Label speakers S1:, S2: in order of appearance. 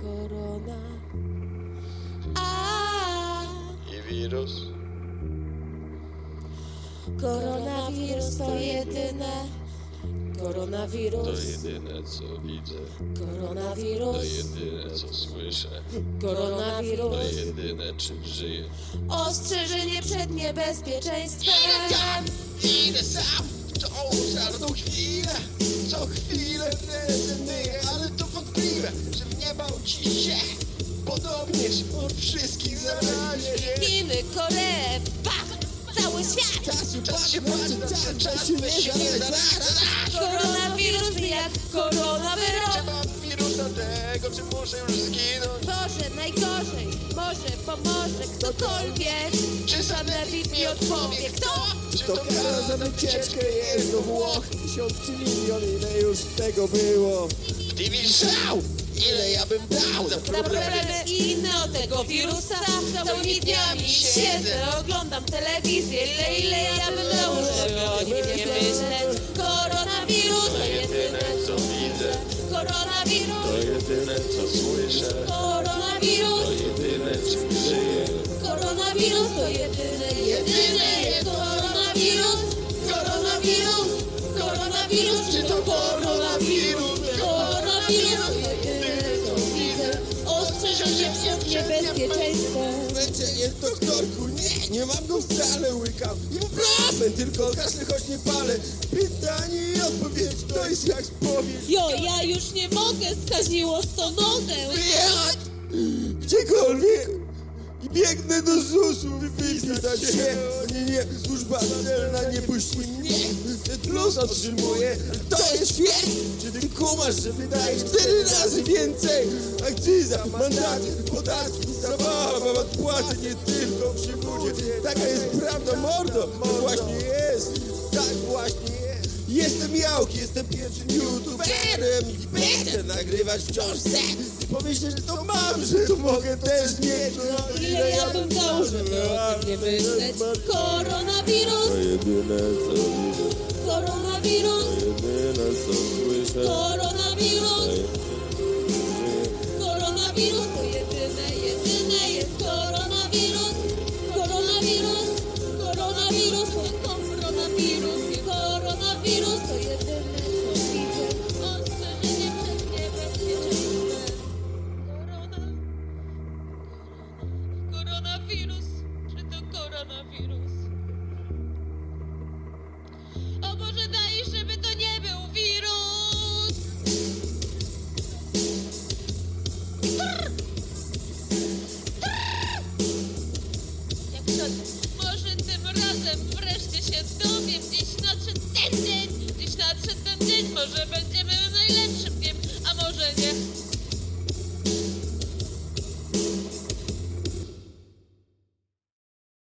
S1: Korona. A,
S2: i wirus.
S1: koronawirus to jedyne.
S2: To
S1: Koronawirus,
S2: jedyne co widzę, to
S1: koronawirus,
S2: jedyne co słyszę, to
S1: koronawirus.
S2: jedyne czym żyję.
S1: Ostrzeżenie przed niebezpieczeństwem.
S2: Idę sam w tą czarną chwilę, co chwilę rezygnuję, ale to wątpliwe, że nie bał ci się. Podobnież od wszystkich zarazie.
S1: Chiny, Koree, pach, cały świat.
S2: Czas, czas się patrzy, czas, czas, weź się nie zaraz.
S1: Koronawirus jak
S2: Czy
S1: koronawirus.
S2: mam wirus do tego, czy muszę już zginąć?
S1: Boże, najgorzej, może pomoże ktokolwiek.
S2: Czy
S1: Sanepid mi odpowie, kto?
S2: Czy
S3: To kara za wycieczkę jest do Włoch Tysiąc czy milion, ile już tego było
S2: Ty mi szał! Ile ja bym dał za
S1: Za problemy inne od tego wirusa Całymi dniami siedzę, oglądam telewizję Ile, ile ja bym dał, żeby o nim nie myśleć Koronawirus to jedyne co widzę
S2: To
S1: Koronawirus,
S2: jedyne co słyszę, to
S1: koronawirus
S2: jedyne czym żyję.
S1: Koronawirus to jedyne, jedyne jest koronawirus Koronawirus, koronawirus Czy to koronawirus? Koronawirus to jedyne co widzę Ostrzeżenie przed niebezpieczeństwem
S3: Leczenie doktorku, nie, nie mam go wcale Łykam ibuprofen, tylko każdy choć nie palę Pytanie i odpowiedź, to jest jak spowiedź
S1: Jo, ja już nie mogę, skaziło sto nogę.
S3: Wyjechać gdziekolwiek i biegnę do ZUS-u i wypisać się Nie, nie, służba celna nie puści mnie Ten plus otrzymuje, to jest świetne Czy ty kumasz, że wydajesz cztery razy więcej Akcyza, mandaty, podatki, zabawa, odpłaty Nie tylko przy budzie, taka jest prawda mordo To właśnie jest, tak właśnie jest Jestem Jałki, jestem pierwszym youtuberem i będę nagrywać wciąż se. Pomyślę, że to mam, że to mogę też mieć. No,
S1: Ile ja bym dał, żeby o tym nie myśleć. Koronawirus,
S2: Jedyne co widzę,
S1: koronawirus,
S2: jedyne co słyszę,
S1: koronawirus, koronawirus. To jedyne, jedyne jest koronawirus. Koronawirus, koronawirus, to koronawirus. Koronawirus to jedyne, co widzę. Ostrzeżenie przed niebezpieczeństwem. Korona. Koronawirus, czy to koronawirus? O Boże, daj, żeby to nie był wirus! Trrr! Trrr! Jak to? Może tym razem wreszcie się dowiem, gdzieś nadszedł ten dzień, gdzieś nadszedł ten dzień, może